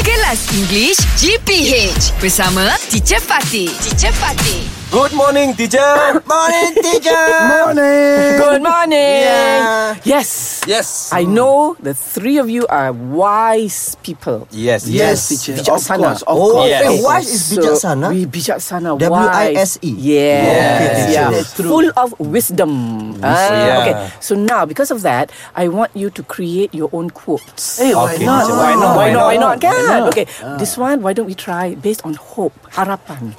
Kelas English GPH bersama Teacher Fatih. Teacher Fatih. Good morning, teacher. Morning, teacher. morning. Good morning. Yeah. Yes. Yes. I know the three of you are wise people. Yes. Yes, teacher. Bijaksana. Of course, of course. Yes. Eh, wise is bijaksana? So, we bijaksana. W-I-S-E. wise. Yes. Okay, teacher, Yeah. that's true. Full of wisdom. Ah, Yeah. Okay. So now, because of that, I want you to create your own quotes. why Okay, not? teacher, why not? Why not? Why Why not? not? Kan? Okay. This one, why don't we try based on hope, harapan.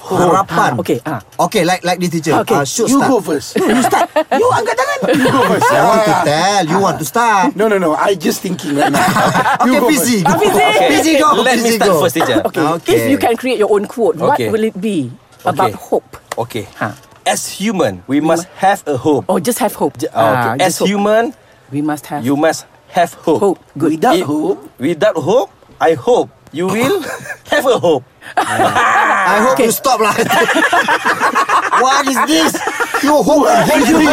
Ah, Harapan. okay. Ah. Okay, like like this teacher. Okay. Uh, should You start. go first. No, you start. you angkat tangan. You go first. I want to tell. You want to start. No, no, no. I just thinking right now. Okay, busy. Go. busy. Busy go. Let me busy start go. first, teacher. Okay. Okay. If you can create your own quote, what Okay. will it be Okay. about hope? Ah. Okay. Huh. As human, we must have a hope. Or Oh, just have hope. J- ah, Ah, okay. As just hope. human, we must have you must have hope. hope. Good. Without If- hope, Without hope, I hope you will have a hope. I hope you stop lah. what is this? You hope and hope you.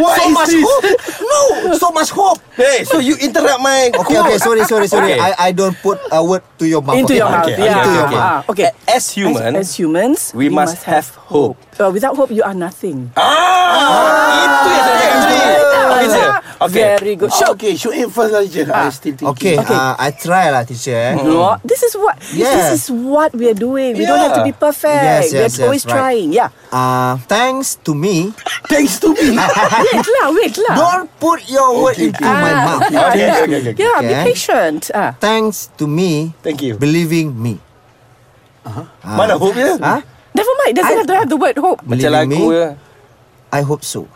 What so is much this? hope. No, so much hope. Hey, so you interrupt my Okay, okay, sorry, sorry, sorry. Okay. I, I don't put a word to your mouth. Into okay? your mouth. okay, yeah. Into your okay. mouth. Ah, okay. A- as human, as, as humans, we must have hope. Uh, without hope, you are nothing. Ah, itu yang saya Ah. cakap tadi. Teacher, Okay. Very good. Sure. okay, Oh. should aim first lah, teacher. I still thinking. Ah, Okay, Uh, I try lah, teacher. eh. No, this is what Yeah. this is what we are doing. We don't Yeah. have to be perfect. Yes, we are yes, yes, always right. trying. Yeah. Uh, thanks to me. Thanks to me. wait lah, wait lah. Don't put your word Okay, into okay. my mouth. Ah. Okay, Ah. okay, okay, okay. yeah, be Okay. patient. Ah. Thanks to me. Thank you. Uh-huh. Believing me. Ah. Mana hope dia? Huh? Never mind. Doesn't have to have the word hope. Macam lagu Believing me. je. I hope so.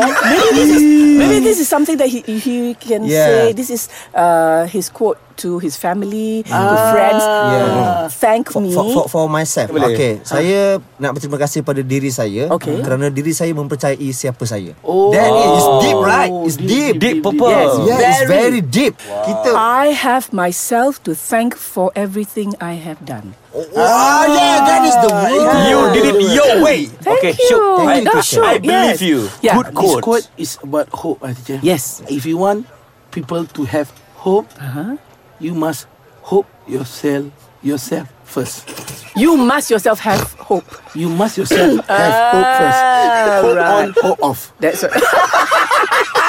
Maybe this is something that he he can Yeah. say. This is uh, his quote to his family, to friends. Yeah. Thank For, me. for, for, for myself. Boleh? Ah. Okay, saya nak berterima kasih pada diri saya Okay. kerana diri saya mempercayai siapa saya. Oh. That is it's deep, right? It's deep. Deep Yes, purple. Yeah, it's very Very. deep. Kita I have myself to thank for everything I have done. Ah, yeah, that is the word. You did it your way. Thank okay, you. Syuk, Thank I, you, teacher. I Syuk, believe yes. you. Yeah. Good This quote. quote is about hope, ah, teacher. Yes. If you want people to have hope, you must hope yourself yourself first. You must yourself have hope. You must yourself have hope first. Ah, Hope right. on, hope off. That's what.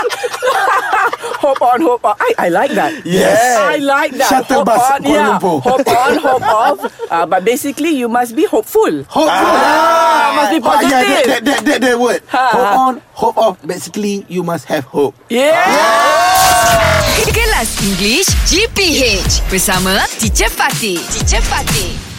hope on, hope on. I, I like that. Yes. I like that. Shuttle hope bus, on, Kuala yeah. Lumpur. Hope on, hope off. Uh, but basically, you must be hopeful. Hope Ah, must be Oh, yeah, positive. that, that, that, that, that word. Ha. Hope on, hope off. Basically, you must have hope. yeah. Kelas English GPH bersama Teacher Fatih. Teacher Fatih.